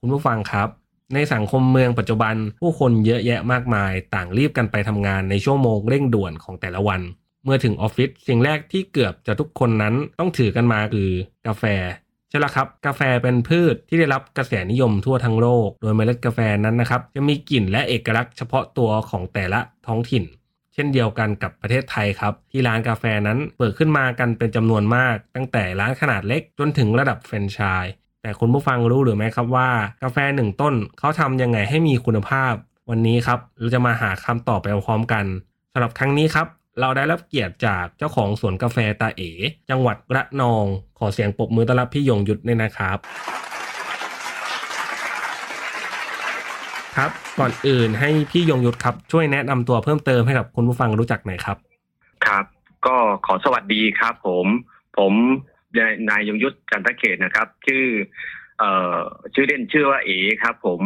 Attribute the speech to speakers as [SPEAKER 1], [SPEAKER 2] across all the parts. [SPEAKER 1] คุณผู้ฟังครับ ในสังคมเมืองปัจจุบันผู้คนเยอะแยะมากมาย ต่างรีบกันไปทำงานในชั่วโมงเร่งด่วนของแต่ละวัน เมื่อถึงออฟฟิศสิ่งแรกที่เกือบจะทุกคนนั้นต้องถือกันมาคือกาแฟ ใช่ละครับ กาแฟเป็นพืชที่ได้รับกระแสนิยมทั่วทั้งโลก โดยเมล็ดกาแฟนั้นนะครับ จะมีกลิ่นและเอกลักษณ์เฉพาะตัวของแต่ละท้องถิ่น เช่นเดียวกันกับประเทศไทยครับ ที่ร้านกาแฟนั้นเปิดขึ้นมากันเป็นจำนวนมาก ตั้งแต่ร้านขนาดเล็กจนถึงระดับแฟรนไชส์แต่คุณผู้ฟังรู้หรือไม่ครับว่า กาแฟหนึ่งต้นเขาทำยังไงให้มีคุณภาพ วันนี้ครับเราจะมาหาคำตอบไปพร้อมกันสำหรับครั้งนี้ครับ เราได้รับเกียรติจากเจ้าของสวนกาแฟตาเอ จังหวัดระนอง ขอเสียงปรบมือต้อนรับพี่ยงยุทธเนี่ยนะครับ ครับก่อนอื่นให้พี่ยงยุทธครับ ช่วยแนะนำตัวเพิ่มเติมให้กับคุณผู้ฟังรู้จักหน่อยครับ
[SPEAKER 2] ครับ ก็ขอสวัสดีครับผม ผมนายนายยงยุทธจันทเขตนะครับ ชื่อ เอ่อชื่อเล่นชื่อว่าเอครับผม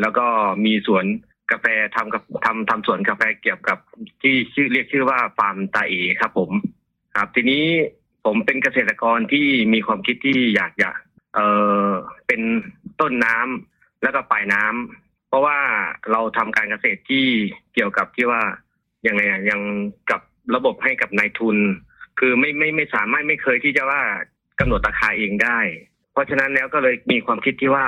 [SPEAKER 2] แล้วก็มีสวนกาแฟทำกับทำทำสวนกาแฟเกี่ยวกับที่ชื่อเรียกชื่อว่าฟาร์มตาเอครับผม ครับ ทีนี้ผมเป็นเกษตรกรที่มีความคิดที่อยากอยากเอ่อเป็นต้นน้ำแล้วก็ปลายน้ำเพราะว่าเราทำการเกษตรที่เกี่ยวกับที่ว่า ยังไงอะยังกับระบบให้กับนายทุน คือไม่ไม่ไม่สามารถไม่เคยที่จะว่ากำหนดราคาเองได้ เพราะฉะนั้นแล้วก็เลยมีความคิดที่ว่า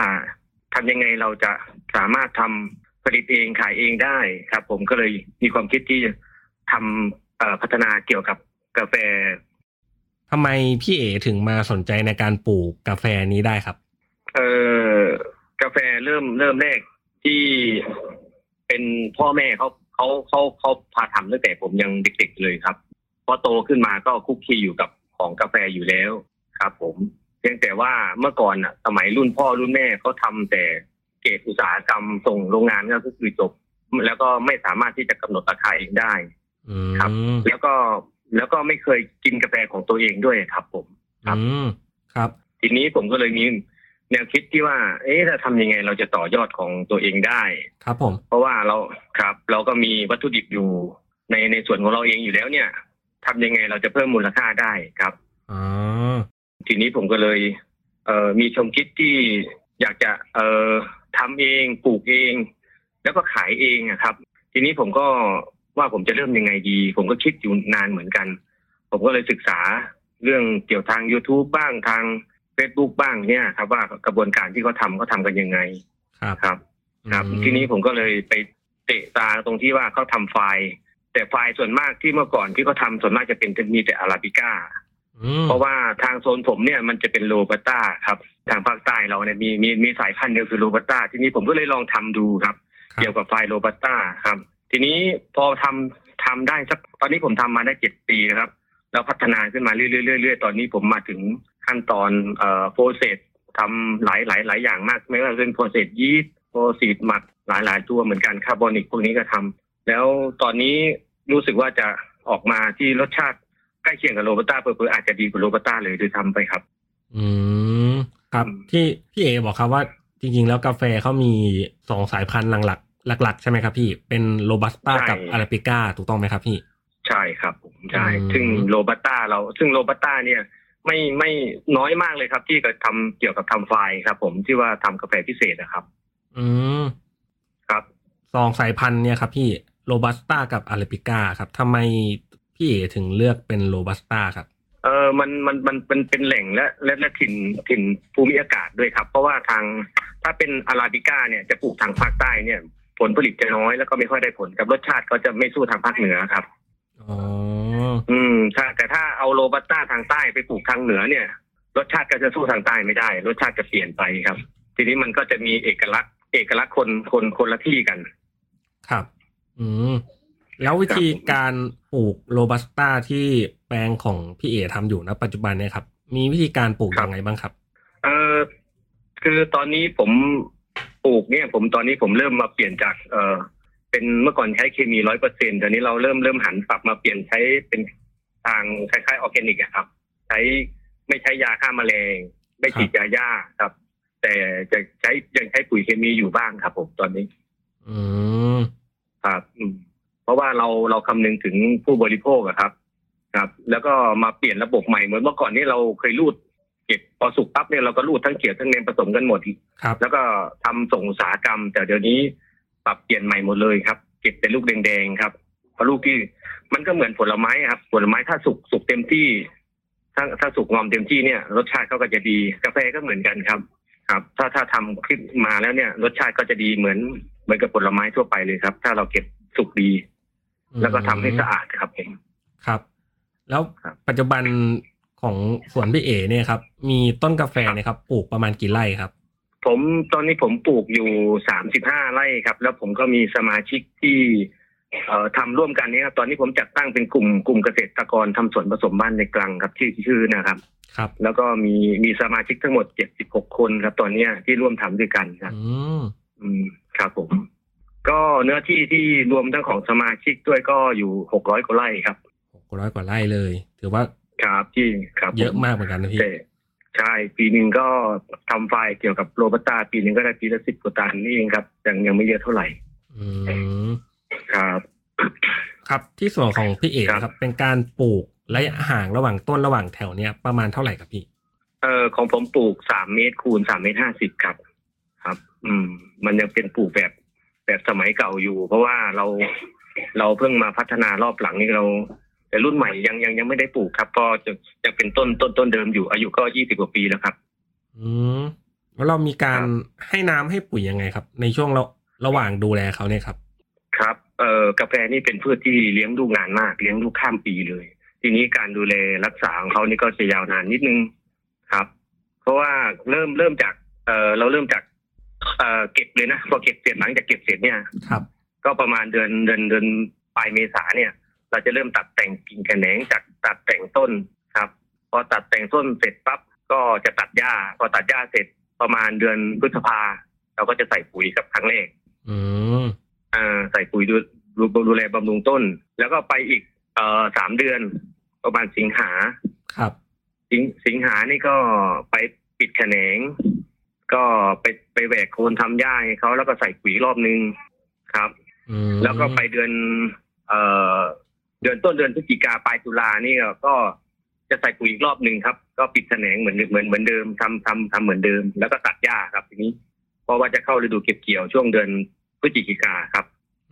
[SPEAKER 2] ทำยังไงเราจะสามารถทำผลิตเองขายเองได้ครับ ผมก็เลยมีความคิดที่จะทำเอ่อพัฒนาเกี่ยวกับกาแฟ
[SPEAKER 1] ทำไมพี่เอถึงมาสนใจในการปลูกกาแฟนี้ได้ครับ
[SPEAKER 2] เออกาแฟเริ่มเริ่มแรกที่เป็นพ่อแม่เขาเขาเขาเขาพาทำตั้งแต่ผมยังเด็กๆเลยครับพอโตขึ้นมาก็คุกคีอยู่กับของกาแฟอยู่แล้วครับ ผมเพียงแต่ว่าเมื่อก่อนอ่ะ สมัยรุ่นพ่อรุ่นแม่เขาทำแต่เกรดอุตสาหกรรมส่งโรงงานก็คือจบ แล้วก็ไม่สามารถที่จะกำหนดราคาเองได้
[SPEAKER 1] อื
[SPEAKER 2] ครับ
[SPEAKER 1] ม
[SPEAKER 2] แล้วก็แล้วก็ไม่เคยกินกาแฟของตัวเองด้วยครับ ผม ครับ
[SPEAKER 1] อืมครับ
[SPEAKER 2] ทีนี้ผมก็เลยมีแนวคิดที่ว่า เอ๊ะจะทำยังไงเราจะต่อยอดของตัวเองได้
[SPEAKER 1] ครับผม
[SPEAKER 2] เพราะว่าเราครับ เราก็มีวัตถุดิบอยู่ในในส่วนของเราเองอยู่แล้วเนี่ยทำยังไงเราจะเพิ่มมูลค่าได้ครับ
[SPEAKER 1] อ๋อ
[SPEAKER 2] ทีนี้ผมก็เลยเอ่อมีชมคิดที่อยากจะเอ่อทำเองปลูกเอง แล้วก็ขายเองอะครับ ทีนี้ผมก็ว่าผมจะเริ่มยังไงดี ผมก็คิดอยู่นานเหมือนกัน ผมก็เลยศึกษาเรื่องเกี่ยวทาง YouTube บ้างทาง Facebook บ้างเนี่ยครับ ว่ากระบวนการที่เขาทำเขาทำกันยังไง
[SPEAKER 1] ครับ
[SPEAKER 2] ครับ ครับ
[SPEAKER 1] อืม
[SPEAKER 2] ทีนี้ผมก็เลยไปเตะตาตรงที่ว่าเขาทำไฟล์ แต่ไฟล์ส่วนมากที่เมื่อก่อนที่เขาทำส่วนมากจะเป็นมีแต่อาราบิก้า
[SPEAKER 1] อืม
[SPEAKER 2] เพราะว่าทางโซนผมเนี่ยมันจะเป็นโรบัสต้าครับ ทางภาคใต้เราเนี่ยมีมีมีสายพันธุ์เดียวคือโรบัสต้าทีนี้ผมก็เลยลองทำดูครับ
[SPEAKER 1] ครับ
[SPEAKER 2] เกี่ยวกับไฟโรบัสต้าครับ ทีนี้พอทำทำได้สักตอนนี้ผมทำมาได้เจ็ดปีนะครับ แล้วพัฒนาขึ้นมาเรื่อยๆเรื่อยๆตอนนี้ผมมาถึงขั้นตอนเอ่อโปรเซสทำหลายหลายหลายอย่างมาก ไม่ว่าจะเป็นโปรเซสยีสต์โปรเซสหมักหลายหลายตัวเหมือนกันคาร์บอนิกพวกนี้ก็ทำแล้วตอนนี้รู้สึกว่าจะออกมาที่รสชาติใกล้เคียงกับโรบัสต้าเผลอๆอาจจะดีกว่าโรบัสต้าเลยด้วยซ้ำไปครับ
[SPEAKER 1] อืม ครับ ที่พี่เอบอกครับว่า จริง ๆ แล้วกาแฟเขามีสองสายพันธุ์หลักๆหลัก ๆ ใช่ไหมครับพี่ เป็นโรบัสต้า
[SPEAKER 2] ใช่
[SPEAKER 1] กับอาราบิก้าถูกต้องไหมครับพี่
[SPEAKER 2] ใช่ครับผมใช่
[SPEAKER 1] อืม
[SPEAKER 2] ซึ่งโรบัสต้าเราซึ่งโรบัสต้าเนี่ยไม่ไม่น้อยมากเลยครับ ที่จะทำเกี่ยวกับทำไฟล์ครับ ผมที่ว่าทำกาแฟพิเศษนะครับ
[SPEAKER 1] อืม
[SPEAKER 2] ครับ
[SPEAKER 1] สองสายพันธุ์เนี่ยครับพี่โรบัสต้ากับอาราบิก้าครับทำไมพี่เอถึงเลือกเป็นโรบัสต้าครับ
[SPEAKER 2] เออมันมันมันเป็นเป็นแหล่งและและและถิ่นถิ่นภูมิอากาศด้วยครับ เพราะว่าทางถ้าเป็นอาราบิก้าเนี่ยจะปลูกทางภาคใต้เนี่ย ผลผลิตจะน้อยแล้วก็ไม่ค่อยได้ผลกับรสชาติก็จะไม่สู้ทางภาคเหนือครับ
[SPEAKER 1] อ๋อ
[SPEAKER 2] อืมถ้าแต่ถ้าเอาโรบัสต้าทางใต้ไปปลูกทางเหนือเนี่ย รสชาติก็จะสู้ทางใต้ไม่ได้ รสชาติจะเปลี่ยนไปครับ ทีนี้มันก็จะมีเอกลักษณ์ เอกลักษณ์คนคนคนละที่กัน
[SPEAKER 1] ครับ อืม แล้ววิธีการปลูกโรบัสต้าที่แปลงของพี่เอทำอยู่นะปัจจุบันเนี่ยครับ มีวิธีการปลูก
[SPEAKER 2] ครับ
[SPEAKER 1] ยังไงบ้างครับ
[SPEAKER 2] เออคือตอนนี้ผมปลูกเนี่ย ผมตอนนี้ผมเริ่มมาเปลี่ยนจาก เออเป็นเมื่อก่อนใช้เคมีร้อยเปอร์เซ็นตอนนี้เราเริ่มเริ่มหันปรับมาเปลี่ยนใช้เป็นทางคล้ายๆออร์แกนิกอะครับ ใช้ไม่ใช้ยาฆ่าแมลง ไม่ฉีดยาหญ้าครับ แต่จะใช้ยังใช้ปุ๋ยเคมีอยู่บ้างครับ ผมตอนนี้
[SPEAKER 1] อืม
[SPEAKER 2] ครับอืมเพราะว่าเราเราคำนึงถึงผู้บริโภคอะครับ ครับ แล้วก็มาเปลี่ยนระบบใหม่เหมือนเมื่อก่อนนี่เราเคยรูด เก็บพอสุกปั๊บเนี่ยเราก็รูดทั้งเขียวทั้งเนมผสมกันหมด
[SPEAKER 1] ครับ
[SPEAKER 2] แล้วก็ทำส่งอุตสาหกรรม แต่เดี๋ยวนี้ปรับเปลี่ยนใหม่หมดเลยครับ เก็บเป็นลูกแดงๆครับเพราะลูกที่มันก็เหมือนผลไม้ครับ ผลไม้ถ้าสุกสุกเต็มที่ ถ้าถ้าสุกงอมเต็มที่เนี่ย รสชาติเขาก็จะดี กาแฟก็เหมือนกันครับ ครับ ถ้าถ้าทำขึ้นมาแล้วเนี่ย รสชาติก็จะดีเหมือนเหมือนกับผลไม้ทั่วไปเลยครับ ถ้าเราเก็บสุกดี แล้วก็ทำให้สะอาดครับผม
[SPEAKER 1] ครับ แล้ว
[SPEAKER 2] ครับ
[SPEAKER 1] ปัจจุบันของสวนพี่เอเนี่ยครับ มีต้นกาแฟเนะครับปลูกประมาณกี่ไร่ครับ
[SPEAKER 2] ผมตอนนี้ผมปลูกอยู่สามสิบห้าไร่ครับ แล้วผมก็มีสมาชิกที่เอ่อทำร่วมกันนี้ครับตอนนี้ผมจัดตั้งเป็นกลุ่มกลุ่มเกษตรกรทำสวนผสมบ้านในกลางครับชื่อชื่อนะครับ
[SPEAKER 1] ครับ
[SPEAKER 2] แล้วก็มีมีสมาชิกทั้งหมดเจ็ดสิบหกคนครับ ตอนเนี้ยที่ร่วมทำด้วยกันครับ
[SPEAKER 1] อืม
[SPEAKER 2] อืมครับผม ก็เนื้อที่ที่รวมทั้งของสมาชิกด้วยก็อยู่หกร้อยกว่าไร่ครับ
[SPEAKER 1] หกร้อยกว่าไร่เลย ถือว่า
[SPEAKER 2] ครับที่ครับผ
[SPEAKER 1] เยอะมากเหมือนกันนะพี่
[SPEAKER 2] ใช่ใช่ ปีหนึ่งก็ทำไฟล์เกี่ยวกับโรบัสต้าปีหนึ่งก็ได้ปีละสิบกว่าตันนี่เองครับยังยังไม่เยอะเท่าไหร่
[SPEAKER 1] อืม
[SPEAKER 2] ครับ
[SPEAKER 1] ครับที่ส่วนของพี่เอก
[SPEAKER 2] ครับ
[SPEAKER 1] ครับ เป็นการปลูกระยะห่างระหว่างต้นระหว่างแถวเนี่ยประมาณเท่าไหร่ครับพี่
[SPEAKER 2] เออของผมปลูกสามเมตรคูณสามเมตรห้าสิบครับ ครับ อืม มันยังเป็นปลูกแบบแบบสมัยเก่าอยู่ เพราะว่าเราเราเพิ่งมาพัฒนารอบหลังนี่เรา แต่รุ่นใหม่ยังยังยังไม่ได้ปลูกครับ ก็จะยังเป็นต้นต้นต้นเดิมอยู่ อายุก็ยี่สิบกว่าปีแล้วครับ
[SPEAKER 1] อืมแล้วเรามีการให้น้ำให้ปุ๋ยยังไงครับ ในช่วงระระหว่างดูแลเขาเนี่ยครับ
[SPEAKER 2] ครับ เอ่อกาแฟนี่เป็นพืชที่เลี้ยงลูกนานมาก เลี้ยงลูกข้ามปีเลย ทีนี้การดูแลรักษาของเขานี่ก็จะยาวนานนิดนึงครับ เพราะว่าเริ่มเริ่มจาก เอ่อเราเริ่มจาก เอ่อเก็บเลยนะพอเก็บเสร็จหลังจากเก็บเสร็จเนี่ย
[SPEAKER 1] ครับ
[SPEAKER 2] ก็ประมาณเดือนเดือนเดือนปลายเมษาเนี่ย เราจะเริ่มตัดแต่งกิ่งแขนงจากตัดแต่งต้นครับ พอตัดแต่งต้นเสร็จปั๊บก็จะตัดหญ้า พอตัดหญ้าเสร็จประมาณเดือนพฤษภาเราก็จะใส่ปุ๋ยกับครั้งแรก
[SPEAKER 1] อืม
[SPEAKER 2] อ่าใส่ปุ๋ยดูดูดูแลบำรุงต้น แล้วก็ไปอีกเอ่อสามเดือนประมาณสิงหา
[SPEAKER 1] ครับ
[SPEAKER 2] สิงสิงหานี่ก็ไปปิดแขนง ก็ไปไปแหวกโคนทำหญ้าให้เขาแล้วก็ใส่ปุ๋ยรอบนึงครับ
[SPEAKER 1] อืม
[SPEAKER 2] แล้วก็ไปเดือนเอ่อเดือนต้นเดือนพฤศจิกาปลายตุลานี่ก็จะใส่ปุ๋ยอีกรอบหนึ่งครับ ก็ปิดแขนงเหมือนเหมือนเหมือนเดิมทำทำทำเหมือนเดิม แล้วก็ตัดหญ้าครับทีนี้ เพราะว่าจะเข้าฤดูเก็บเกี่ยวช่วงเดือนพฤศจิกาครับ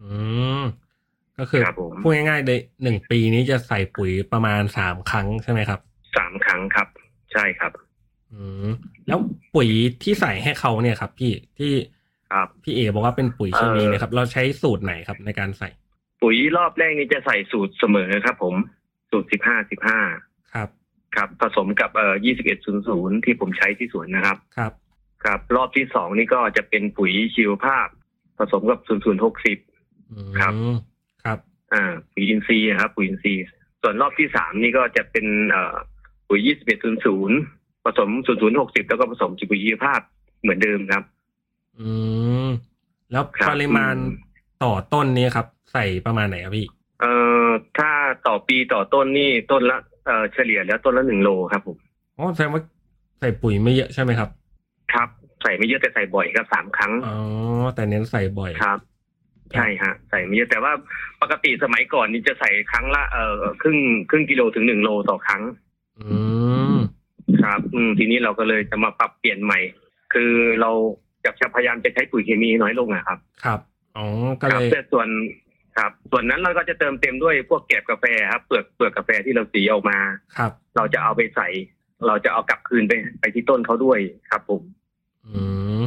[SPEAKER 1] อืม ก็คือ
[SPEAKER 2] ครับผม
[SPEAKER 1] พูดง่ายๆเลยหนึ่งปีนี้จะใส่ปุ๋ยประมาณสามครั้งใช่ไหมครับ
[SPEAKER 2] สามครั้งครับ ใช่ครับ
[SPEAKER 1] อืม แล้วปุ๋ยที่ใส่ให้เขาเนี่ยครับ พี่ที่
[SPEAKER 2] ครับ
[SPEAKER 1] พี่เอบอกว่าเป็นปุ๋ยเคมี
[SPEAKER 2] เอ่อ
[SPEAKER 1] นะครับ เราใช้สูตรไหนครับในการใส่
[SPEAKER 2] ปุ๋ยรอบแรกนี้จะใส่สูตรเสมอครับผมสูตรสิบห้าสิบห้า
[SPEAKER 1] ครับ
[SPEAKER 2] ครับ ผสมกับเอ่อยี่สิบเอ็ดศูนย์ศูนย์ที่ผมใช้ที่สวนนะครับ
[SPEAKER 1] ครับ
[SPEAKER 2] ครับ รอบที่สองนี่ก็จะเป็นปุ๋ยชีวภาพ ผสมกับศูนย์ศูนย์หกสิบ
[SPEAKER 1] อืม
[SPEAKER 2] ครับ
[SPEAKER 1] ครับ
[SPEAKER 2] อ่าปุ๋ยอินทรีย์นะครับ ปุ๋ยอินทรีย์ส่วนรอบที่สามนี่ก็จะเป็นเอ่อปุ๋ยยี่สิบเอ็ดศูนย์ศูนย์ผสมศูนย์ศูนย์หกสิบแล้วก็ผสมปุ๋ยชีวภาพเหมือนเดิมครับ
[SPEAKER 1] อืม แล้ว
[SPEAKER 2] ครับ
[SPEAKER 1] ปริมาณ
[SPEAKER 2] อืม
[SPEAKER 1] ต่อต้นนี้ครับ ใส่ประมาณไหนครับพี่
[SPEAKER 2] เอ่อถ้าต่อปีต่อต้นนี่ต้นละเอ่อเฉลี่ยแล้วต้นละหนึ่งโลครับผม
[SPEAKER 1] อ๋อแสดงว่าใส่ปุ๋ยไม่เยอะใช่ไหมครับ
[SPEAKER 2] ครับใส่ไม่เยอะแต่ใส่บ่อยครับสามครั้ง
[SPEAKER 1] อ๋อ แต่เน้นใส่บ่อย
[SPEAKER 2] ครับ ใช่ฮะใส่ไม่เยอะแต่ว่าปกติสมัยก่อนนี่จะใส่ครั้งละเอ่อครึ่งครึ่งกิโลถึงหนึ่งโลต่อครั้ง
[SPEAKER 1] อืม
[SPEAKER 2] ครับอืมทีนี้เราก็เลยจะมาปรับเปลี่ยนใหม่ คือเราจะพยายามจะใช้ปุ๋ยเคมีน้อยลงนะครับ
[SPEAKER 1] ครับ อ๋อ ก็
[SPEAKER 2] ค
[SPEAKER 1] เล
[SPEAKER 2] รับ
[SPEAKER 1] ย
[SPEAKER 2] แต่ส่วนครับ ส่วนนั้นเราก็จะเติมเต็มด้วยพวกแกลบกาแฟครับเปลือกเปลือกกาแฟที่เราสีออกมา
[SPEAKER 1] ครับ
[SPEAKER 2] เราจะเอาไปใส่ เราจะเอากลับคืนไปไปที่ต้นเขาด้วยครับผม
[SPEAKER 1] อืม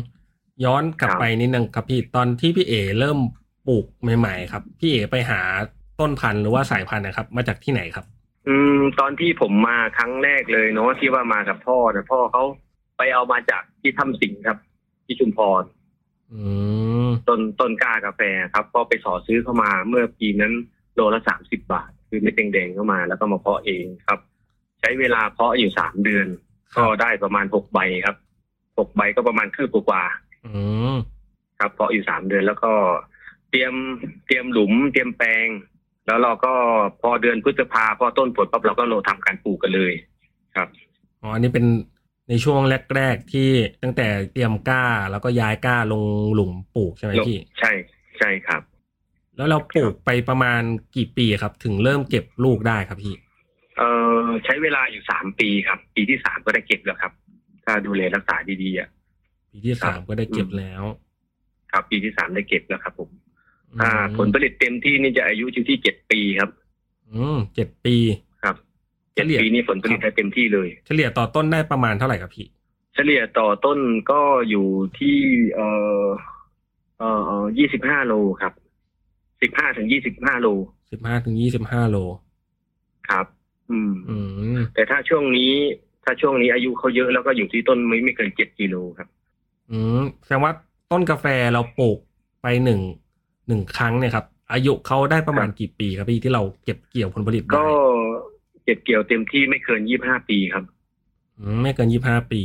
[SPEAKER 1] ย้อนกลับ
[SPEAKER 2] ครับ
[SPEAKER 1] ไปนิดนึงครับพี่ ตอนที่พี่เอเริ่มปลูกใหม่ ๆ ครับ พี่เอไปหาต้นพันธุ์หรือว่าสายพันธุ์นะครับ มาจากที่ไหนครับ
[SPEAKER 2] อืมตอนที่ผมมาครั้งแรกเลยเนาะที่ว่ามากับพ่อนะพ่อเขาไปเอามาจากที่ถ้ำสิงห์ครับ ที่ชุมพร
[SPEAKER 1] อืม
[SPEAKER 2] ต้นต้นกล้ากาแฟครับก็ไปสอซื้อเข้ามาเมื่อปีนั้นโลละสามสิบาท คือเม็ดแดงๆเข้ามา แล้วก็มาเพาะเองครับ ใช้เวลาเพาะอยู่สามเดือน ก็ได้ประมาณหกใบครับหกใบก็ประมาณคืบกว่า
[SPEAKER 1] อืม
[SPEAKER 2] ๆครับเพาะอยู่สามเดือนแล้วก็เตรียมเตรียมหลุม เตรียมแปลง แล้วเราก็พอเดือนพฤษภาพอต้นผลปั๊บเราก็โลทำการปลูกกันเลย
[SPEAKER 1] อ๋ออันนี้เป็นในช่วงแรก ๆ ที่ตั้งแต่เตรียมกล้าแล้วก็ย้ายกล้าลงหลุมปลูกใช่ไหมพี่
[SPEAKER 2] ใช่ใช่ครับ
[SPEAKER 1] แล้วเราปลูกไปประมาณกี่ปีครับ ถึงเริ่มเก็บลูกได้ครับพี่
[SPEAKER 2] เอ่อใช้เวลาอยู่สามปีครับ ปีที่สามก็ได้เก็บแล้วครับ ถ้าดูแลรักษาดีๆอ่ะ
[SPEAKER 1] ปีที่สาม
[SPEAKER 2] ครับ
[SPEAKER 1] ก็ได้เก็บแล้ว
[SPEAKER 2] ครับ ปีที่สามได้เก็บแล้วครับ ผมถ้า
[SPEAKER 1] อืม
[SPEAKER 2] ผลผลิตเต็มที่นี่จะอายุอยู่ที่เจ็ดปีครับ
[SPEAKER 1] อืมเจ็ดปี
[SPEAKER 2] ครับ
[SPEAKER 1] เฉ
[SPEAKER 2] เจ็ด
[SPEAKER 1] ลี่ย
[SPEAKER 2] ปีนี่ผลผลิตได้เต็มที่เลย
[SPEAKER 1] เฉลี่ยต่อต้นได้ประมาณเท่าไหร่ครับพี่
[SPEAKER 2] เฉลี่ยต่อต้นก็อยู่ที่เอ่อเอ่อยี่สิบห้าโลครับสิบห้าถึงยี่สิบห้าโล
[SPEAKER 1] สิบห้าถึงยี่สิบห้าโล
[SPEAKER 2] ครับ อืม
[SPEAKER 1] อืม
[SPEAKER 2] แต่ถ้าช่วงนี้ ถ้าช่วงนี้อายุเขาเยอะแล้วก็อยู่ที่ต้นไม่ไม่เกินเจ็ดกิโลครับ
[SPEAKER 1] อืมแสดงว่าต้นกาแฟเราปลูกไปหนึ่งหนึ่งครั้งเนี่ยครับ อายุเขาได้ประมาณกี่ปีครับพี่ที่เราเก็บเกี่ยวผลผลิตได้
[SPEAKER 2] ก็เก็บเกี่ยวเต็มที่ไม่เกินยี่บห้าปีครับ
[SPEAKER 1] อืมไม่เกินยี่ห้าปี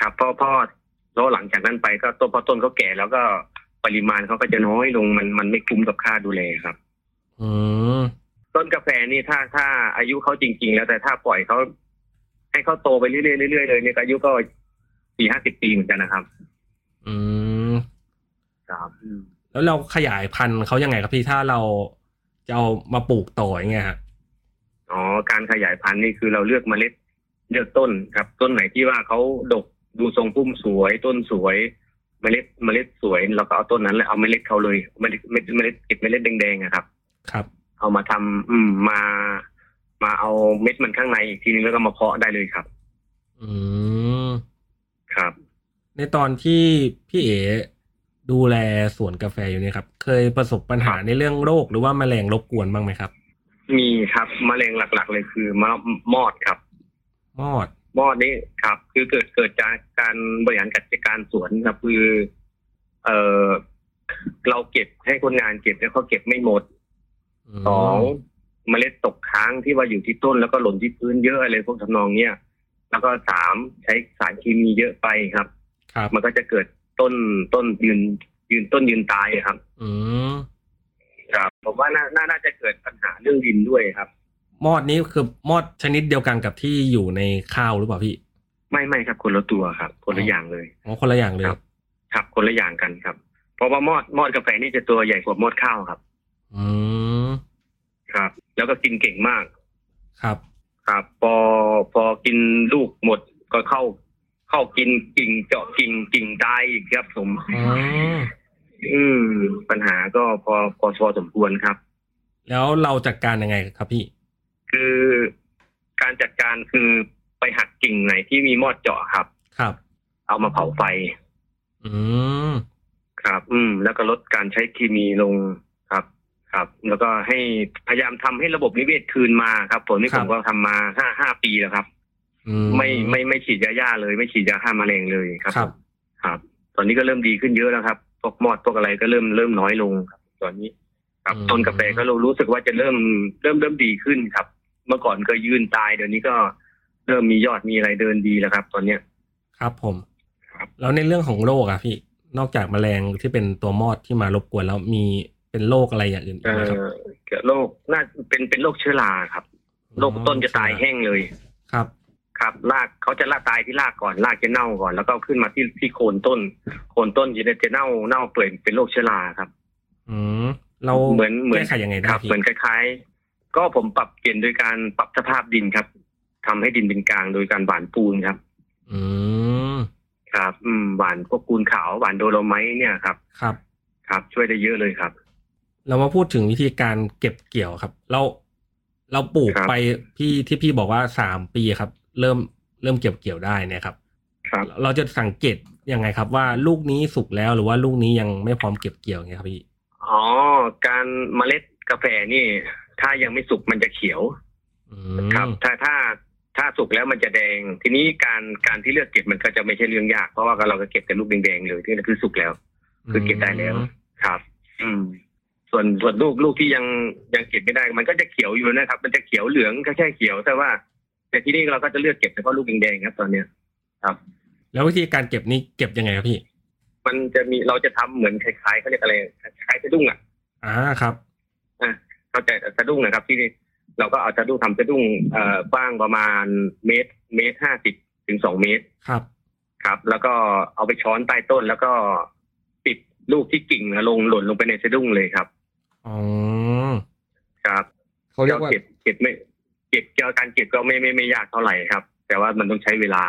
[SPEAKER 2] ครับพ่อพ่อแล้วหลังจากนั้นไปก็ต้นพอต้นเขาแก่แล้วก็ปริมาณเขาก็จะน้อยลงมันมันไม่คุ้มกับค่าดูแลครับ
[SPEAKER 1] อืม
[SPEAKER 2] ต้นกาแฟนี่ถ้าถ้าอายุเขาจริง ๆ แล้วแต่ถ้าปล่อยเขาให้เขาโตไปเรื่อยๆเรื่อยๆเลยเนี่ยก็อายุก็สี่ห้าสิบปีเหมือนกันนะครับ
[SPEAKER 1] อืม
[SPEAKER 2] ครับ
[SPEAKER 1] แล้วเราขยายพันธุ์เขายังไงครับพี่ถ้าเราจะเอามาปลูกต่ออย่างเงี้ยฮะ
[SPEAKER 2] อ๋อการขยายพันธุ์นี่คือเราเลือกเมล็ดเลือกต้นครับ ต้นไหนที่ว่าเขาดกดูทรงพุ่มสวย ต้นสวย เมล็ดเมล็ดสวยเราก็เอาต้นนั้นแหละเอาเมล็ดเขาเลยเมล็ดเมล็ดเมล็ดเก็บเมล็ดแดงๆอะครับ
[SPEAKER 1] ครับ
[SPEAKER 2] เอามาทำอืมมา มาเอาเม็ดมันข้างในอีกทีนึงแล้วก็มาเพาะได้เลยครับ
[SPEAKER 1] อืม
[SPEAKER 2] ครับ
[SPEAKER 1] ในตอนที่พี่เอ๋ดูแลสวนกาแฟอยู่เนี่ยครับ เคยประสบปัญหาในเรื่องโรคหรือว่าแมลงรบกวนบ้างไหมครับ
[SPEAKER 2] มีครับมะเร็งหลัก ๆ เลยคือมะมอดครับ
[SPEAKER 1] มอด
[SPEAKER 2] มอดนี่ครับ คือเกิดเกิดจากการบริหารจัดการสวนครับคือ เออเราเก็บให้คนงานเก็บแล้วเขาเก็บไม่หมดสองเมล็ดตกค้างที่ว่าอยู่ที่ต้นแล้วก็หล่นที่พื้นเยอะอะไรพวกทำนองเนี้ยแล้วก็สามใช้สารเคมีเยอะไปครับ
[SPEAKER 1] ครับ
[SPEAKER 2] มันก็จะเกิดต้นต้นยืนยืนต้นยืนตายครับ
[SPEAKER 1] อืม
[SPEAKER 2] ครับผมว่าน่านาน่าจะเกิดปัญหาเรื่องดินด้วยครับ
[SPEAKER 1] มอดนี้คือมอดชนิดเดียวกันกับที่อยู่ในข้าวหรือเปล่าพี่
[SPEAKER 2] ไม่ไม่ครับคนละตัวครับ คนละอย่างเลย
[SPEAKER 1] อ๋อคนละอย่างเลย
[SPEAKER 2] ครับ ครับ คนละอย่างกันครับ เพราะว่ามอดมอดกาแฟนี่จะตัวใหญ่กว่ามอดข้าวครับ
[SPEAKER 1] อืม
[SPEAKER 2] ครับ แล้วก็กินเก่งมาก
[SPEAKER 1] ครับ
[SPEAKER 2] ครับ พอพอกินลูกหมดก็เข้า เข้ากินกิ่งเจาะกิ่งกิ่งตายอีกครับผม
[SPEAKER 1] อ๋อ
[SPEAKER 2] อืมปัญหาก็พอพอพอสมควรครับ
[SPEAKER 1] แล้วเราจัดการยังไงครับพี่
[SPEAKER 2] คือการจัดการคือไปหักกิ่งไหนที่มีมอดเจาะครับ
[SPEAKER 1] ครับ
[SPEAKER 2] เอามาเผาไฟ
[SPEAKER 1] อืม
[SPEAKER 2] ครับ อืม แล้วก็ลดการใช้เคมีลงครับ ครับ แล้วก็ให้พยายามทำให้ระบบนิเวศคืนมาครับผมนี่ผมก็ทำมาห้าห้าปีแล้วครับ
[SPEAKER 1] อื
[SPEAKER 2] ไม่ไม่ไม่ฉีดยาหญ้าเลย ไม่ฉีดยาฆ่าแมลงเลยครับ
[SPEAKER 1] ครับ
[SPEAKER 2] ครับ ตอนนี้ก็เริ่มดีขึ้นเยอะแล้วครับ พวกมอดพวกอะไรก็เริ่มเริ่มน้อยลงครับ ตอนนี้ ครับ
[SPEAKER 1] อืม
[SPEAKER 2] ต้นกาแฟก็เรารู้สึกว่าจะเริ่มเริ่มเริ่มดีขึ้นครับ เมื่อก่อนก็ยืนตายเดี๋ยวนี้ก็เริ่มมียอดมีอะไรเดินดีแล้วครับ ตอนเนี้ย
[SPEAKER 1] ครับผม
[SPEAKER 2] ครับ
[SPEAKER 1] แล้วในเรื่องของโรคอะพี่ นอกจากแมลงที่เป็นตัวมอดที่มารบกวนแล้วมีเป็นโรคอะไรอย่างอื่นอีก
[SPEAKER 2] เอ่
[SPEAKER 1] ไหมครับ
[SPEAKER 2] อโรคน่าเป็นเป็นโรคเชื้อราครับโรคต้นจะตายแห้งเลย
[SPEAKER 1] ครับ
[SPEAKER 2] ครับรากเขาจะลากตายที่รากก่อนรากจะเน่าก่อน แล้วก็ขึ้นมาที่ที่โคนต้น โคนต้นจะได้จะเน่าเน่าเปื่อยเป็นโรคเชื้อราครับ
[SPEAKER 1] อืมเรา
[SPEAKER 2] เหมือนเหมือน
[SPEAKER 1] แก้ไขยังไงได้
[SPEAKER 2] ครับ
[SPEAKER 1] พี่
[SPEAKER 2] เหมือนคล้ายๆ ก็ผมปรับเปลี่ยนโดยการปรับสภาพดินครับทำให้ดินเป็นกลางโดยการหว่านปูนครับ
[SPEAKER 1] อืม
[SPEAKER 2] ครับ อืมหว่านพวกปูนขาวหว่านโดโลไมต์เนี่ยครับ
[SPEAKER 1] ครับ
[SPEAKER 2] ครับ ช่วยได้เยอะเลยครับ
[SPEAKER 1] เรามาพูดถึงวิธีการเก็บเกี่ยวครับ เราเราปลูก
[SPEAKER 2] ครับ
[SPEAKER 1] ไปพี่ที่พี่บอกว่าสามปีครับ เริ่มเริ่มเก็บเกี่ยวได้เนะครับ
[SPEAKER 2] ครับ
[SPEAKER 1] เราจะสังเกตยังไงครับ ว่าลูกนี้สุกแล้วหรือว่าลูกนี้ยังไม่พร้อมเก็บเกี่ยวไงครับพี่
[SPEAKER 2] อ๋อ การเมล็ดกาแฟนี่ ถ้ายังไม่สุกมันจะเขียว
[SPEAKER 1] อืม
[SPEAKER 2] ครับ ถ้าถ้า ถ้าสุกแล้วมันจะแดง ทีนี้การการที่เลือกเก็บมันก็จะไม่ใช่เรื่องยาก เพราะว่าเราก็เก็บแต่ลูกแดงๆเลยที่นั่นคือสุกแล้ว คือเก็บได้แล้ว ครับ อืม ส่วนส่วนลูกลูกที่ยังยังเก็บไม่ได้ มันก็จะเขียวอยู่นะครับ มันจะเขียวเหลืองก็แค่เขียว แต่ว่า แต่ที่นี่เราก็จะเลือกเก็บเฉพาะลูกแดงๆครับ ตอนเนี้ย
[SPEAKER 1] แล้ววิธีการเก็บนี่เก็บยังไงครับพี่
[SPEAKER 2] มันจะมีเราจะทำเหมือนคล้ายๆเขาเรียกอะไรคล้ายๆสะดุ้งอ่ะ
[SPEAKER 1] อ่าครับ
[SPEAKER 2] เขาใจะสะดุ้งนะครับ ที่นี่เราก็เอาสะดุ้งทำสะดุ้งเอ่อกว้างประมาณเมตร เมตรห้าสิบถึงสองเมตร
[SPEAKER 1] ครับ
[SPEAKER 2] ครับ แล้วก็เอาไปช้อนใต้ต้น แล้วก็ติดลูกที่กิ่งนะลงหล่นลงไปในสะดุ้งเลยครับ
[SPEAKER 1] อ๋อ
[SPEAKER 2] ครับ
[SPEAKER 1] เขาเรียกว่า
[SPEAKER 2] เก็บเก็บไม่เก็บเกี่ยวกับการเก็บก็ไม่ไม่ไม่ยากเท่าไหร่ครับ แต่ว่ามันต้องใช้เวลา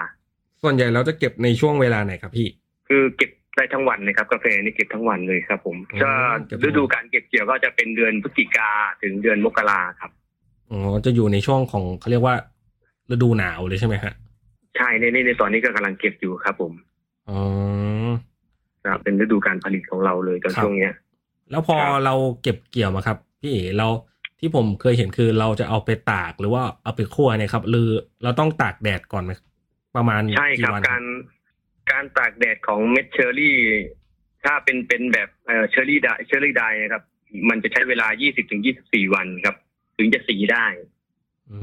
[SPEAKER 1] ส่วนใหญ่เราจะเก็บในช่วงเวลาไหนครับพี่
[SPEAKER 2] คือเก็บได้ทั้งวันนะครับ กาแฟนี่เก็บทั้งวันเลยครับ ผม
[SPEAKER 1] อืม
[SPEAKER 2] ก็
[SPEAKER 1] เก็บทั้งวัน
[SPEAKER 2] ฤดูการเก็บเกี่ยวก็จะเป็นเดือนพฤศจิกาถึงเดือนมกราครับ
[SPEAKER 1] อ๋อจะอยู่ในช่วงของเขาเรียกว่าฤดูหนาวเลยใช่ไหมฮะ
[SPEAKER 2] ใช่ในในในตอนนี้ก็กำลังเก็บอยู่ครับ ผม
[SPEAKER 1] อ๋อ
[SPEAKER 2] ครับเป็นฤดูการผลิตของเราเลยตอน
[SPEAKER 1] ครับ
[SPEAKER 2] ช่วงเนี้ย
[SPEAKER 1] แล้วพอ
[SPEAKER 2] ครับ
[SPEAKER 1] เราเก็บเกี่ยวมาครับ พี่เอ๋เราที่ผมเคยเห็นคือเราจะเอาไปตากหรือว่าเอาไปคั่วเนี่ยครับหรือเราต้องตากแดดก่อนไหมประมาณ
[SPEAKER 2] ใช่ค
[SPEAKER 1] กี่
[SPEAKER 2] รับ
[SPEAKER 1] วัน
[SPEAKER 2] การการตากแดดของเม็ดเชอร์รี่ ถ้าเป็นเป็นแบบเอ่อเชอร์รี่ไดเชอร์รี่ไดนะครับ มันจะใช้เวลา 20-24 วันครับ ถึงจะสีได้
[SPEAKER 1] อื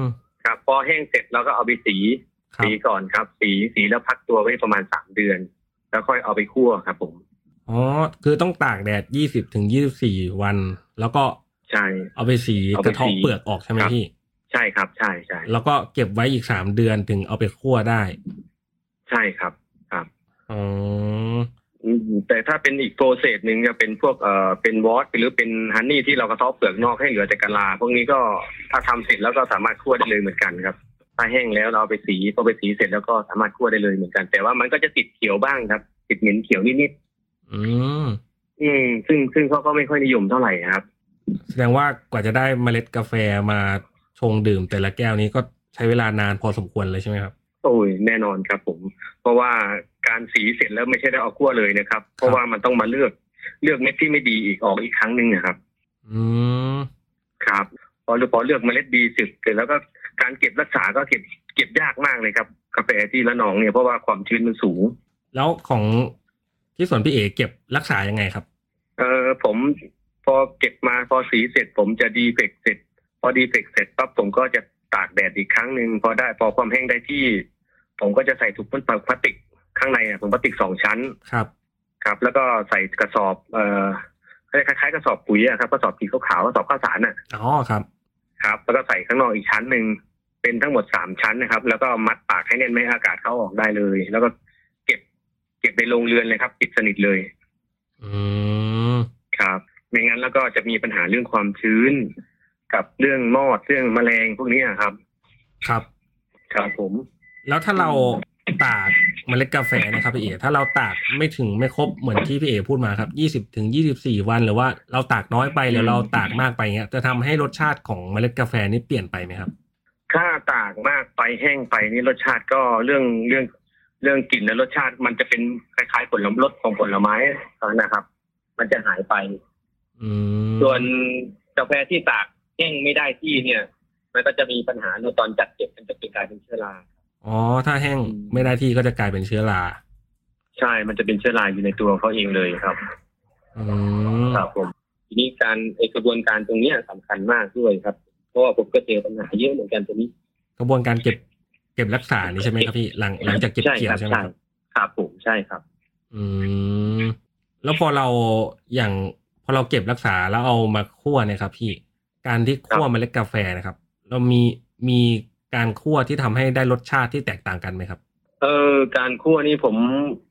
[SPEAKER 1] ม
[SPEAKER 2] ครับพอแห้งเสร็จเราก็เอาไปสี
[SPEAKER 1] ครับ
[SPEAKER 2] สีก่อนครับ สีสีแล้วพักตัวไว้ประมาณสามเดือน แล้วค่อยเอาไปคั่วครับผม
[SPEAKER 1] อ๋อคือต้องตากแดดยี่สิบถึงยี่สิบสี่วัน แล้วก็
[SPEAKER 2] ใช่
[SPEAKER 1] เอาไปสี
[SPEAKER 2] เอา
[SPEAKER 1] ก
[SPEAKER 2] ไประ
[SPEAKER 1] เทาะ
[SPEAKER 2] สี
[SPEAKER 1] เปลือกออกใช่ไหม
[SPEAKER 2] ครับ
[SPEAKER 1] พี่
[SPEAKER 2] ใช่ครับ ใช่ใช่
[SPEAKER 1] แล้วก็เก็บไว้อีกสามเดือนถึงเอาไปคั่วได้
[SPEAKER 2] ใช่ครับ
[SPEAKER 1] อ๋อ
[SPEAKER 2] อืมแต่ถ้าเป็นอีกโปรเซสหนึ่งจะเป็นพวกเอ่อเป็นวอตหรือเป็นฮันนี่ที่เรากระเทาะเปลือกนอกให้เหลือแต่กะลา พวกนี้ก็ถ้าทำเสร็จแล้วก็สามารถคั่วได้เลยเหมือนกันครับ ถ้าแห้งแล้วเราเอาไปสีพอไปสีเสร็จแล้วก็สามารถคั่วได้เลยเหมือนกัน แต่ว่ามันก็จะติดเขียวบ้างครับ ติดเหม็นเขียวนิด
[SPEAKER 1] อืม
[SPEAKER 2] ๆอืม ซึ่งซึ่งเขาก็ไม่ค่อยนิยมเท่าไหร่ครับ
[SPEAKER 1] แสดงว่ากว่าจะได้เมล็ดกาแฟมาชงดื่มแต่ละแก้วนี้ก็ใช้เวลานานพอสมควรเลยใช่ไหมครับ
[SPEAKER 2] โอ้ยแน่นอนครับผม เพราะว่าการสีเสร็จแล้วไม่ใช่ได้เอาขั้วเลยนะครับ เพราะว่ามันต้องมาเลือกเลือกเม็ดที่ไม่ดีอีกออกอีกครั้งหนึ่งนะครับ
[SPEAKER 1] อืม
[SPEAKER 2] ครับพอพอเลือกเมล็ดดีเสร็จเสร็จแล้วก็การเก็บรักษาก็เก็บเก็บยากมากเลยครับกาแฟที่ละนองเนี่ยเพราะว่าความชื้นมันสูง
[SPEAKER 1] แล้วของที่สวนพี่เอ๋เก็บรักษายังไงครับ
[SPEAKER 2] เออผมพอเก็บมาพอสีเสร็จ ผมจะดีเฟกเสร็จ พอดีเฟกเสร็จปั๊บผมก็จะตากแดดอีกครั้งหนึ่งพอได้พอความแห้งได้ที่ ผมก็จะใส่ถุงพลาสติกข้างในอ่ะถุงพลาสติกสองชั้น
[SPEAKER 1] ครับ
[SPEAKER 2] ครับแล้วก็ใส่กระสอบ เอ่อเขาเรียกคล้ายๆกระสอบปุ๋ยอะครับกระสอบสีขาวๆกระสอบข้าวสารน่ะ
[SPEAKER 1] อ๋อครับ
[SPEAKER 2] ครับ แล้วก็ใส่ข้างนอกอีกชั้นหนึ่งเป็นทั้งหมดสามชั้นนะครับ แล้วก็มัดปากให้แน่นไม่ให้อากาศเข้าออกได้เลย แล้วก็เก็บ เก็บในโรงเรือนเลยครับปิดสนิทเลย
[SPEAKER 1] อืม
[SPEAKER 2] ครับไม่งั้นแล้วก็จะมีปัญหาเรื่องความชื้น กับเรื่องมอดเรื่องแมลงพวกเนี้ยครับ
[SPEAKER 1] ครับ
[SPEAKER 2] ครับผม
[SPEAKER 1] แล้วถ้าเราตากเมล็ดกาแฟนะครับพี่เอ๋ถ้าเราตากไม่ถึงไม่ครบเหมือนที่พี่เอ๋พูดมาครับยี่สิบถึงยี่สิบสี่วันหรือว่าเราตากน้อยไปหรือเราตากมากไปเงี้ยจะทำให้รสชาติของเมล็ดกาแฟนี่เปลี่ยนไปไหมครับ
[SPEAKER 2] ถ้าตากมากไปแห้งไปนี่รสชาติก็เรื่องเรื่องเรื่องกลิ่นและรสชาติมันจะเป็นคล้ายๆผลลมรสของผลไม้นะครับ มันจะหายไป
[SPEAKER 1] อืม
[SPEAKER 2] ส่วนกาแฟที่ตากแห้งไม่ได้ที่เนี่ย มันก็จะมีปัญหาในตอนจัดเก็บมันจะเป็นกลายเป็นเชื้อรา
[SPEAKER 1] อ๋อถ้าแห้งไม่ได้ที่ก็จะกลายเป็นเชื้อรา
[SPEAKER 2] ใช่ มันจะเป็นเชื้อราอยู่ในตัวเขาเองเลยครับ
[SPEAKER 1] อืม
[SPEAKER 2] ครับผม ทีนี้การไอกระบวนการตรงเนี้ยสำคัญมากด้วยครับ เพราะว่าผมก็เจอปัญหาเยอะเหมือนกันตรงนี้
[SPEAKER 1] กระบวนการเก็บเก็บรักษานี่ใช่ไหมครับพี่หลังหลังจากเก็บเกี่ยวใช่ไหม
[SPEAKER 2] ใช่
[SPEAKER 1] ครับ
[SPEAKER 2] ครับผมใช่ครับ
[SPEAKER 1] อืมแล้วพอเราอย่างพอเราเก็บรักษาแล้วเอามาคั่วเนี่ยครับ พี่การที่คั่วเมล็ดกาแฟนะครับ เรามีมีการคั่วที่ทำให้ได้รสชาติที่แตกต่างกันไหมครับ
[SPEAKER 2] เออการคั่วนี่ผม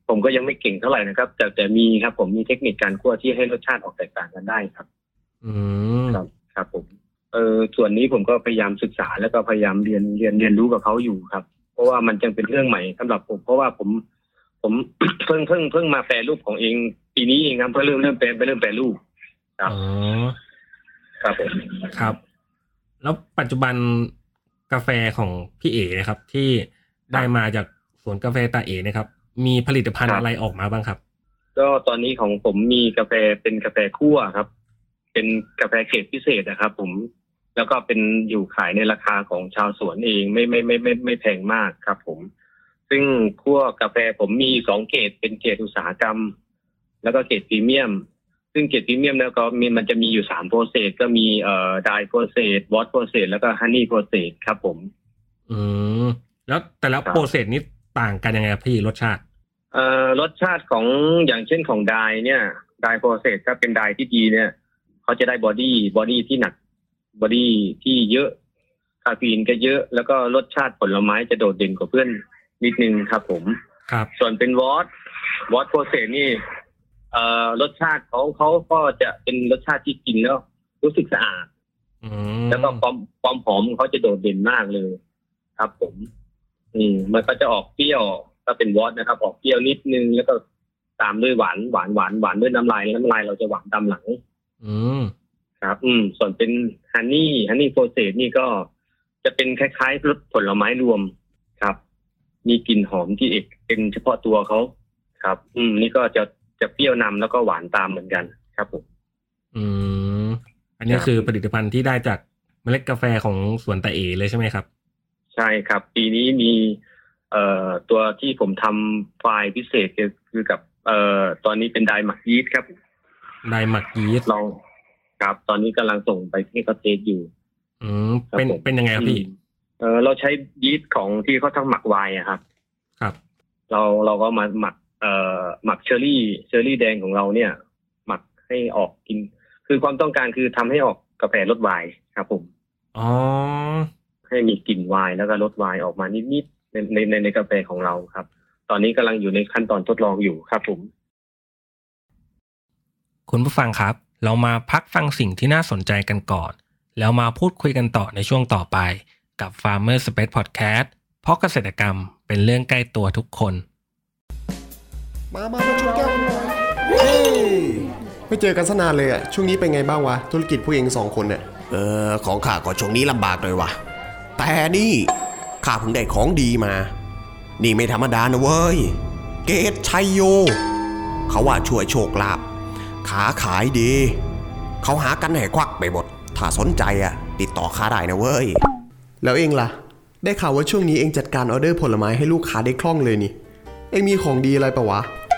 [SPEAKER 2] ผมก็ยังไม่เก่งเท่าไหร่นะครับ แต่แต่มีครับ ผมมีเทคนิคการคั่วที่ให้รสชาติออกแตกต่างกันได้ครับ
[SPEAKER 1] อืม
[SPEAKER 2] ครับ ครับผมเออส่วนนี้ผมก็พยายามศึกษาแล้วก็พยายามเรียนเรียนเรียนรู้กับเขาอยู่ครับ เพราะว่ามันจังเป็นเรื่องใหม่สำหรับผม เพราะว่าผมผม เพิ่งเพิ่งเพิ่งมาแปรรูปของเองปีนี้เองครับเพิ่งเริ่มเริ่มแปรไปเริ่มแปรรูป ครับ
[SPEAKER 1] อ๋อ
[SPEAKER 2] ครับผม
[SPEAKER 1] ครับ แล้วปัจจุบันกาแฟของพี่เอ๋นะครับ ที่ได้มาจากสวนกาแฟตาเอ๋นะครับ มีผลิตภัณฑ์อะไรออกมาบ้างครับ
[SPEAKER 2] ก็ตอนนี้ของผมมีกาแฟเป็นกาแฟคั่วครับ เป็นกาแฟเกรดพิเศษนะครับ ผม แล้วก็เป็นอยู่ขายในราคาของชาวสวนเองไม่ไม่ไม่ไมไม่ไม่แพงมากครับผม ซึ่งคั่วกาแฟผมมีสองเกรดเป็นเกรดอุตสาหกรรม แล้วก็เกรดพรีเมียม ซึ่งเกรดพรีเมียมแล้วก็มีมันจะมีอยู่สามโปรเซสก็มีเอ่อไดโปรเซสวอตโปรเซสแล้วก็ฮันนี่โปรเซสครับผม
[SPEAKER 1] อืมแล้วแต่ละ
[SPEAKER 2] ครับ
[SPEAKER 1] โปรเซสนี้ต่างกันยังไงครับพี่รสชาติ
[SPEAKER 2] เอ่อรสชาติของอย่างเช่นของไดายเนี่ยไดายโปรเซสถ้าเป็นไดายที่ดีเนี่ยเขาจะได้บอดี้บอดี้ที่หนักบอดี้ที่เยอะคาเฟอีนก็เยอะ แล้วก็รสชาติผลไม้จะโดดเด่นกว่าเพื่อนนิดนึงครับผม
[SPEAKER 1] ครับ
[SPEAKER 2] ส่วนเป็นวอตวอตโปรเซสนี่เอ่อรสชาติเขาเขาก็จะเป็นรสชาติที่กินแล้ว รู้สึกสะอาด
[SPEAKER 1] อืม
[SPEAKER 2] แล้วก็ความความหอมของเขาจะโดดเด่นมากเลย ครับ ผม อืมมันก็จะออกเปรี้ยวถ้าเป็นวอตนะครับ ออกเปรี้ยวนิดนึงแล้วก็ตามด้วยหวานหวานหวานหวานด้วยน้ำลายน้ำลายเราจะหวานตามหลัง
[SPEAKER 1] อืม
[SPEAKER 2] ครับ อืม ส่วนเป็นฮันนี่ฮันนี่โปรเซสนี่ก็จะเป็นคล้ายๆรสผลไม้รวมครับ มีกลิ่นหอมที่เอกเป็นเฉพาะตัวเขาครับ อืม นี่ก็จะจะเปรี้ยวนำแล้วก็หวานตามเหมือนกัน ครับผม
[SPEAKER 1] อืมอันนี้
[SPEAKER 2] ครับ
[SPEAKER 1] คือผลิตภัณฑ์ที่ได้จากเมล็ดกาแฟของสวนตาเอเลยใช่ไหมครับ
[SPEAKER 2] ใช่ครับ ปีนี้มีเอ่อตัวที่ผมทำไฟล์พิเศษคือคือกับ เอ่อตอนนี้เป็นไดร์หมักยีสต์ครับ
[SPEAKER 1] ได้หมักยีสต์
[SPEAKER 2] ลองครับ ตอนนี้กำลังส่งไปที่เขาเทสอยู่
[SPEAKER 1] อืมเป็น
[SPEAKER 2] ครับผม
[SPEAKER 1] เป็นยังไงครับพี่
[SPEAKER 2] เออเราใช้ยีสต์ของที่เขาทำหมักไวน์อะครับ
[SPEAKER 1] ครับ
[SPEAKER 2] เราเราก็มาหมัก เอ่อหมักเชอร์รี่เชอร์รี่แดงของเราเนี่ย หมักให้ออกกิน คือความต้องการคือทำให้ออกกาแฟรสไวน์ครับผม
[SPEAKER 1] อ๋อ
[SPEAKER 2] ให้มีกลิ่นไวน์แล้วก็รสไวน์ออกมานิดๆในในในในกาแฟของเราครับ ตอนนี้กำลังอยู่ในขั้นตอนทดลองอยู่ครับผม
[SPEAKER 1] คุณผู้ฟังครับ เรามาพักฟังสิ่งที่น่าสนใจกันก่อน แล้วมาพูดคุยกันต่อในช่วงต่อไป กับ Farmer Space Podcast เพราะเกษตรกรรมเป็นเรื่องใกล้ตัวทุกคน
[SPEAKER 3] มา มามาชนแก้วกันหน่อยเฮ้ย
[SPEAKER 4] ไม่เจอกันสนานเลยอะช่วงนี้เป็นไงบ้างวะ ธุรกิจผู้เองสองคนเนี่ย
[SPEAKER 3] เออ ของข้าก็ช่วงนี้ลำบากเลยว่ะ แต่นี่ข้าเพิ่งได้ของดีมา นี่ไม่ธรรมดานะเว้ย เกตชัยโย เขาว่าช่วยโชคลาภขาขายดี เขาหากันแห่ควักไปหมด ถ้าสนใจอะติดต่อข้าได้นะเว้ย
[SPEAKER 4] แล้วเองล่ะ ได้ข่าวว่าช่วงนี้เองจัดการออเดอร์ผลไม้ให้ลูกค้าได้คล่องเลยนี่ เองมีของดีอะไรปะวะ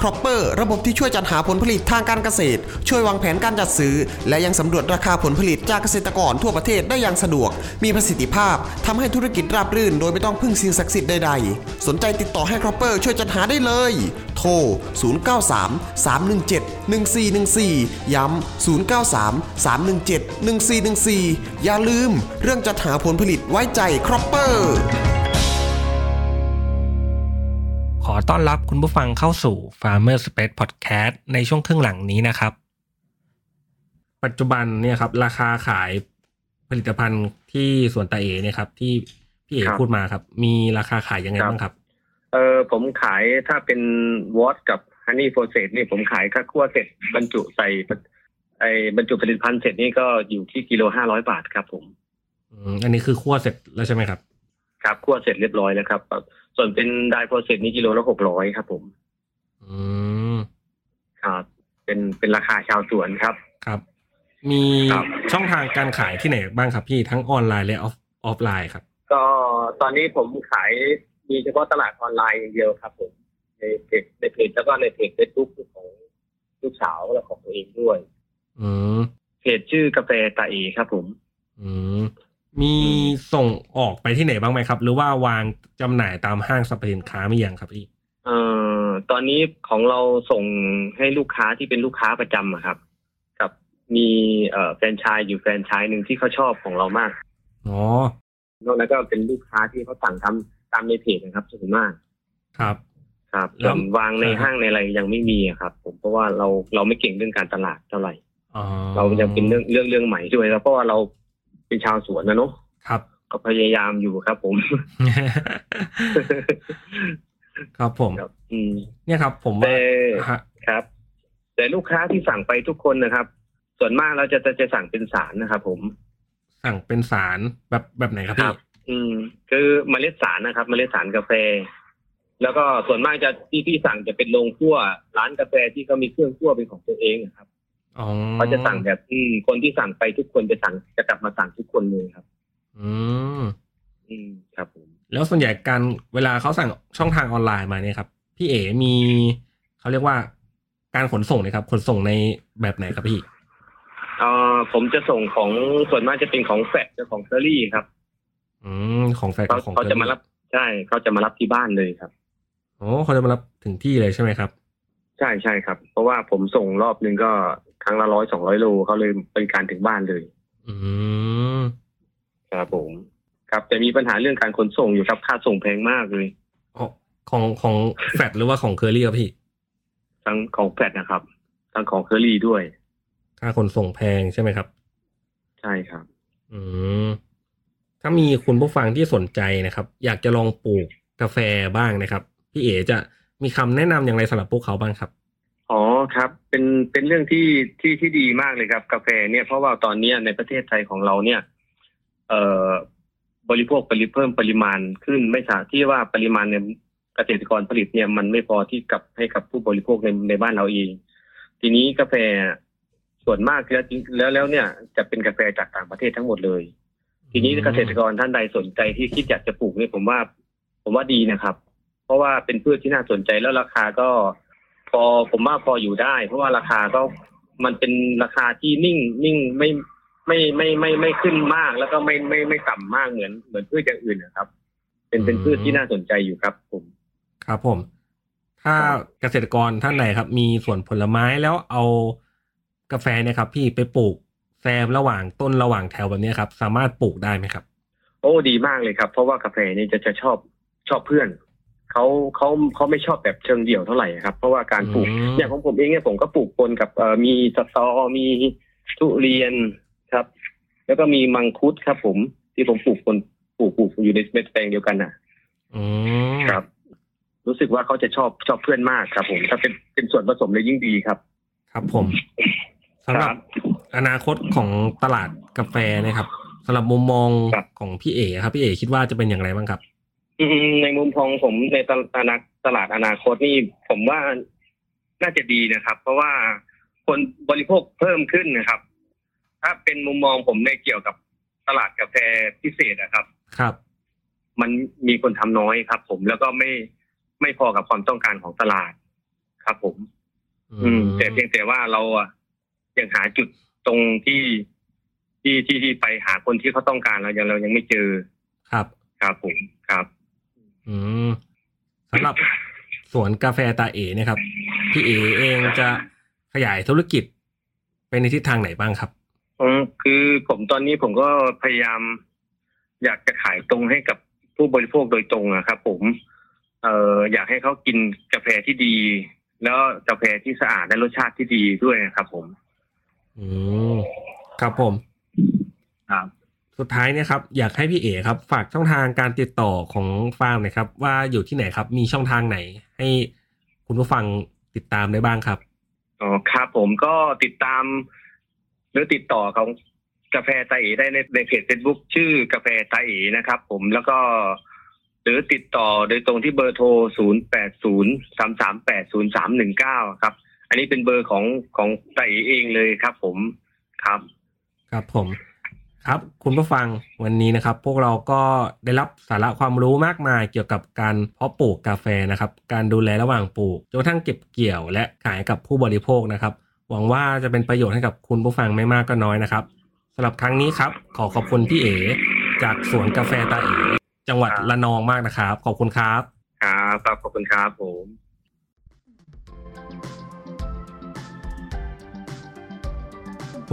[SPEAKER 5] ครอปเปอร์ระบบที่ช่วยจัดหาผลผลิตทางการเกษตร ช่วยวางแผนการจัดซื้อ และยังสำรวจราคาผลผลิตจากเกษตรกรทั่วประเทศได้อย่างสะดวก มีประสิทธิภาพทำให้ธุรกิจราบรื่น โดยไม่ต้องพึ่งสิ่งศักดิ์สิทธิ์ใดๆ สนใจติดต่อให้ครอปเปอร์ช่วยจัดหาได้เลย โทร 093 317 1414 ย้ำ 093 317 1414 อย่าลืม เรื่องจัดหาผลผลิตไว้ใจครอปเปอร์
[SPEAKER 1] ขอต้อนรับคุณผู้ฟังเข้าสู่ Farmer Space Podcast ในช่วงครึ่งหลังนี้นะครับ ปัจจุบันเนี่ยครับ ราคาขายผลิตภัณฑ์ที่สวนตาเอเนี่ยครับ ที่พี่เอ
[SPEAKER 2] ครับ
[SPEAKER 1] พูดมาครับ มีราคาขายยังไง
[SPEAKER 2] ครับ
[SPEAKER 1] บ้างครับ
[SPEAKER 2] เออผมขายถ้าเป็นวอตกับฮันนี่โฟเซตนี่ผมขายค่าคั่วเสร็จบรรจุใส่ไอบรรจุผลิตภัณฑ์เสร็จนี่ก็อยู่ที่กิโลห้าร้อยบาทครับผม
[SPEAKER 1] อืมอันนี้คือคั่วเสร็จแล้วใช่ไหมครับ
[SPEAKER 2] ครับคั่วเสร็จเรียบร้อยแล้วครับ ส่วนเป็นไดโปรเซสนี่กิโลละหกร้อยครับ ผม
[SPEAKER 1] อืม
[SPEAKER 2] ครับเป็นเป็นราคาชาวสวนครับ
[SPEAKER 1] ครับ มี
[SPEAKER 2] ครับ
[SPEAKER 1] ช่องทางการขายที่ไหนบ้างครับพี่ทั้งออนไลน์และออฟออฟไลน์ครับ
[SPEAKER 2] ก็ตอนนี้ผมขายมีเฉพาะตลาดออนไลน์อย่างเดียวครับผมในเพจในเพจแล้วก็ในเพจเฟซบุ๊กของลูกสาวและของตัวเองด้วย
[SPEAKER 1] อืม
[SPEAKER 2] เพจชื่อกาแฟตาเอครับผม
[SPEAKER 1] อืม มีส่งออกไปที่ไหนบ้างไหมครับ หรือว่าวางจำหน่ายตามห้างสรรพสินค้ามียังครับพี่
[SPEAKER 2] เอ่อตอนนี้ของเราส่งให้ลูกค้าที่เป็นลูกค้าประจำอะครับ กับมีเอ่อแฟรนไชายอยู่แฟรนไชายหนึ่งที่เขาชอบของเรามาก
[SPEAKER 1] อ๋อ
[SPEAKER 2] นอกนั้นก็เป็นลูกค้าที่เขาสั่งทำตามในเพจนะครับส่วนมาก
[SPEAKER 1] ครับ
[SPEAKER 2] ครับ
[SPEAKER 1] แล้ว
[SPEAKER 2] ส่วนวางในห้างในอะไรยังไม่มีอะครับ ผมเพราะว่าเราเราไม่เก่งเรื่องการตลาดเท่าไหร่
[SPEAKER 1] อ๋อ
[SPEAKER 2] เรายังเป็นเรื่องเรื่องเรื่องใหม่ด้วยแล้วเพราะว่าเราเป็นชาวสวนนะเนาะ
[SPEAKER 1] ครับ
[SPEAKER 2] ก็พยายามอยู่ครับ ผม
[SPEAKER 1] ครับผม
[SPEAKER 2] ครับ อืม
[SPEAKER 1] เนี่ยครับ ผม
[SPEAKER 2] แต่
[SPEAKER 1] ว่าฮะ
[SPEAKER 2] ครับ แต่ลูกค้าที่สั่งไปทุกคนนะครับ ส่วนมากเราจะจะจะสั่งเป็นสารนะครับ ผม
[SPEAKER 1] สั่งเป็นสารแบบแบบไหนครับ
[SPEAKER 2] ค
[SPEAKER 1] พี่
[SPEAKER 2] รับ อืม คือเมล็ดสารนะครับ เมล็ดสารกาแฟ แล้วก็ส่วนมากจะที่ที่สั่งจะเป็นโรงคั่วร้านกาแฟที่เขามีเครื่องคั่วเป็นของตัวเองอะครับ
[SPEAKER 1] อ๋อ
[SPEAKER 2] เขาจะสั่งแบบอืมคนที่สั่งไปทุกคนจะสั่งจะกลับมาสั่งทุกคนเลยครับ
[SPEAKER 1] อืม
[SPEAKER 2] อืมครับผม
[SPEAKER 1] แล้วส่วนใหญ่การเวลาเขาสั่งช่องทางออนไลน์มาเนี่ยครับ พี่เอ๋มีเขาเรียกว่าการขนส่งนะครับ ขนส่งในแบบไหนครับพี่
[SPEAKER 2] เอ่อผมจะส่งของส่วนมากจะเป็นของแฟดกับของเซอรี่ครับ
[SPEAKER 1] อืมของแฟน
[SPEAKER 2] เขา
[SPEAKER 1] ของ
[SPEAKER 2] เขาจะมารับใช่เขาจะมารับที่บ้านเลยครับ
[SPEAKER 1] โอ้เขาจะมารับถึงที่เลยใช่ไหมครับ
[SPEAKER 2] ใช่ใช่ครับ เพราะว่าผมส่งรอบนึงก็ครั้งละร้อยสองร้อยโลเขาเลยเป็นการถึงบ้านเลย
[SPEAKER 1] อืม
[SPEAKER 2] ครับผม ครับแต่มีปัญหาเรื่องการขนส่งอยู่ครับ ค่าส่งแพงมากเลย
[SPEAKER 1] อ๋อของของแฟดหรือว่าของเคอรี่ครับพี่
[SPEAKER 2] ทั้งของแฟดนะครับ ทั้งของเคอรี่ด้วย
[SPEAKER 1] ค่าขนส่งแพงใช่ไหมครับ
[SPEAKER 2] ใช่ครับ
[SPEAKER 1] อืมถ้ามีคุณผู้ฟังที่สนใจนะครับ อยากจะลองปลูกกาแฟบ้างนะครับ พี่เอ๋จะมีคำแนะนำอย่างไรสำหรับพวกเขาบ้างครับ
[SPEAKER 2] อ๋อครับ เป็นเป็นเรื่องที่ที่ที่ดีมากเลยครับ กาแฟเนี่ยเพราะว่าตอนเนี้ยในประเทศไทยของเราเนี่ย เอ่อบริโภคปริเพิ่มปริมาณขึ้นไม่สาที่ว่าปริมาณเนี่ยเกษตรกรผลิตเนี่ยมันไม่พอที่กับให้กับผู้บริโภคในในบ้านเราเอง ทีนี้กาแฟส่วนมากแล้วจริงแล้วแล้วเนี่ยจะเป็นกาแฟจากต่างประเทศทั้งหมดเลย ทีนี้
[SPEAKER 1] อืม
[SPEAKER 2] เกษตรกรท่านใดสนใจที่คิดอยากจะปลูกเนี่ยผมว่า ผมว่าดีนะครับ เพราะว่าเป็นพืชที่น่าสนใจแล้วราคาก็ พอผมว่าพออยู่ได้ เพราะว่าราคาก็มันเป็นราคาที่นิ่งนิ่งไม่ไม่ไม่ไม่ไม่ขึ้นมาก แล้วก็ไม่ไม่ไม่ต่ำมากเหมือนเหมือนพืชอย่างอื่นนะครับ เป็นเป็นพืชที่น่าสนใจอยู่ครับ ผม
[SPEAKER 1] ครับผม ถ้าเกษตรกรท่านไหนครับ มีสวนผลไม้แล้วเอากาแฟเนะครับ พี่ไปปลูกแซมระหว่างต้นระหว่างแถวแบบเนี้ยครับ สามารถปลูกได้ไหมครับ
[SPEAKER 2] โอ้ดีมากเลยครับ เพราะว่ากาแฟนี่จะจะชอบชอบเพื่อนเขาเขาเขาไม่ชอบแบบเชิงเดี่ยวเท่าไหร่ครับ เพราะว่าการปลูก
[SPEAKER 1] อืม
[SPEAKER 2] อย่างของผมเองเนี่ยผมก็ปลูกปนกับเอ่อมีสตอมีทุเรียนครับ แล้วก็มีมังคุดครับ ผมที่ผมปลูกปนปลูกปลูกอยู่ในแปลงเดียวกันน่ะ
[SPEAKER 1] อืม
[SPEAKER 2] ครับ รู้สึกว่าเขาจะชอบชอบเพื่อนมากครับ ผมถ้าเป็นเป็นส่วนผสมเลยยิ่งดีครับ
[SPEAKER 1] ครับผมสำหรับ
[SPEAKER 2] ครับ
[SPEAKER 1] อนาคตของตลาดกาแฟนะครับสำหรับมุมมอง
[SPEAKER 2] ครับ
[SPEAKER 1] ของพี่เอ๋ครับพี่เอ๋คิดว่าจะเป็นอย่างไรบ้างครับ
[SPEAKER 2] อืมในมุมของผมในตลาดอนาตลาดอนาคตนี่ผมว่าน่าจะดีนะครับ เพราะว่าคนบริโภคเพิ่มขึ้นนะครับ ถ้าเป็นมุมมองผมในเกี่ยวกับตลาดกาแฟพิเศษนะครับ
[SPEAKER 1] ครับ
[SPEAKER 2] มันมีคนทำน้อยครับ ผมแล้วก็ไม่ไม่พอกับความต้องการของตลาดครับ ผม อืมแต่เพียงแต่ว่าเราอะยังหาจุดตรงที่ที่ที่ที่ไปหาคนที่เขาต้องการเรายังเรายังไม่เจอ
[SPEAKER 1] ครับ
[SPEAKER 2] ครับผมครับ
[SPEAKER 1] อืมสำหรับสวนกาแฟตาเอเนะครับ พี่เอเองจะขยายธุรกิจไปในทิศทางไหนบ้างครับ
[SPEAKER 2] อืมคือผมตอนนี้ผมก็พยายาม อยากจะขายตรงให้กับผู้บริโภคโดยตรงอะครับ ผมเอ่ออยากให้เขากินกาแฟที่ดี แล้วกาแฟที่สะอาดและรสชาติที่ดีด้วยนะครับ ผม
[SPEAKER 1] อืมครับผม
[SPEAKER 2] ครับ
[SPEAKER 1] สุดท้ายเนะครับ อยากให้พี่เอครับ ฝากช่องทางการติดต่อของฟาร์มหนะครับ ว่าอยู่ที่ไหนครับ มีช่องทางไหน ให้คุณผู้ฟังติดตามได้บ้างครับ
[SPEAKER 2] อ๋อครับผมก็ติดตาม หรือติดต่อของกาแฟตาเอได้ในในเพจเฟซบุ๊กชื่อกาแฟตาเอนะครับ ผมแล้วก็ หรือติดต่อโดยตรงที่เบอร์โทร 0 8 0 3 3 8 0 3 1 9 ครับ อันนี้เป็นเบอร์ของของตาเอเองเลยครับ ผมครับ
[SPEAKER 1] ครับผมครับคุณผู้ฟังวันนี้นะครับ พวกเราก็ได้รับสาระความรู้มากมายเกี่ยวกับการเพาะปลูกกาแฟนะครับ การดูแลระหว่างปลูกจนกระทั่งเก็บเกี่ยวและขายกับผู้บริโภคนะครับ หวังว่าจะเป็นประโยชน์ให้กับคุณผู้ฟังไม่มากก็น้อยนะครับสำหรับครั้งนี้ครับ ขอขอบคุณพี่เอจากสวนกาแฟตาเอจังหวัดระนองมากนะครับ ขอบคุณครับ
[SPEAKER 2] ครับครับขอบคุณครับผม
[SPEAKER 1] คุ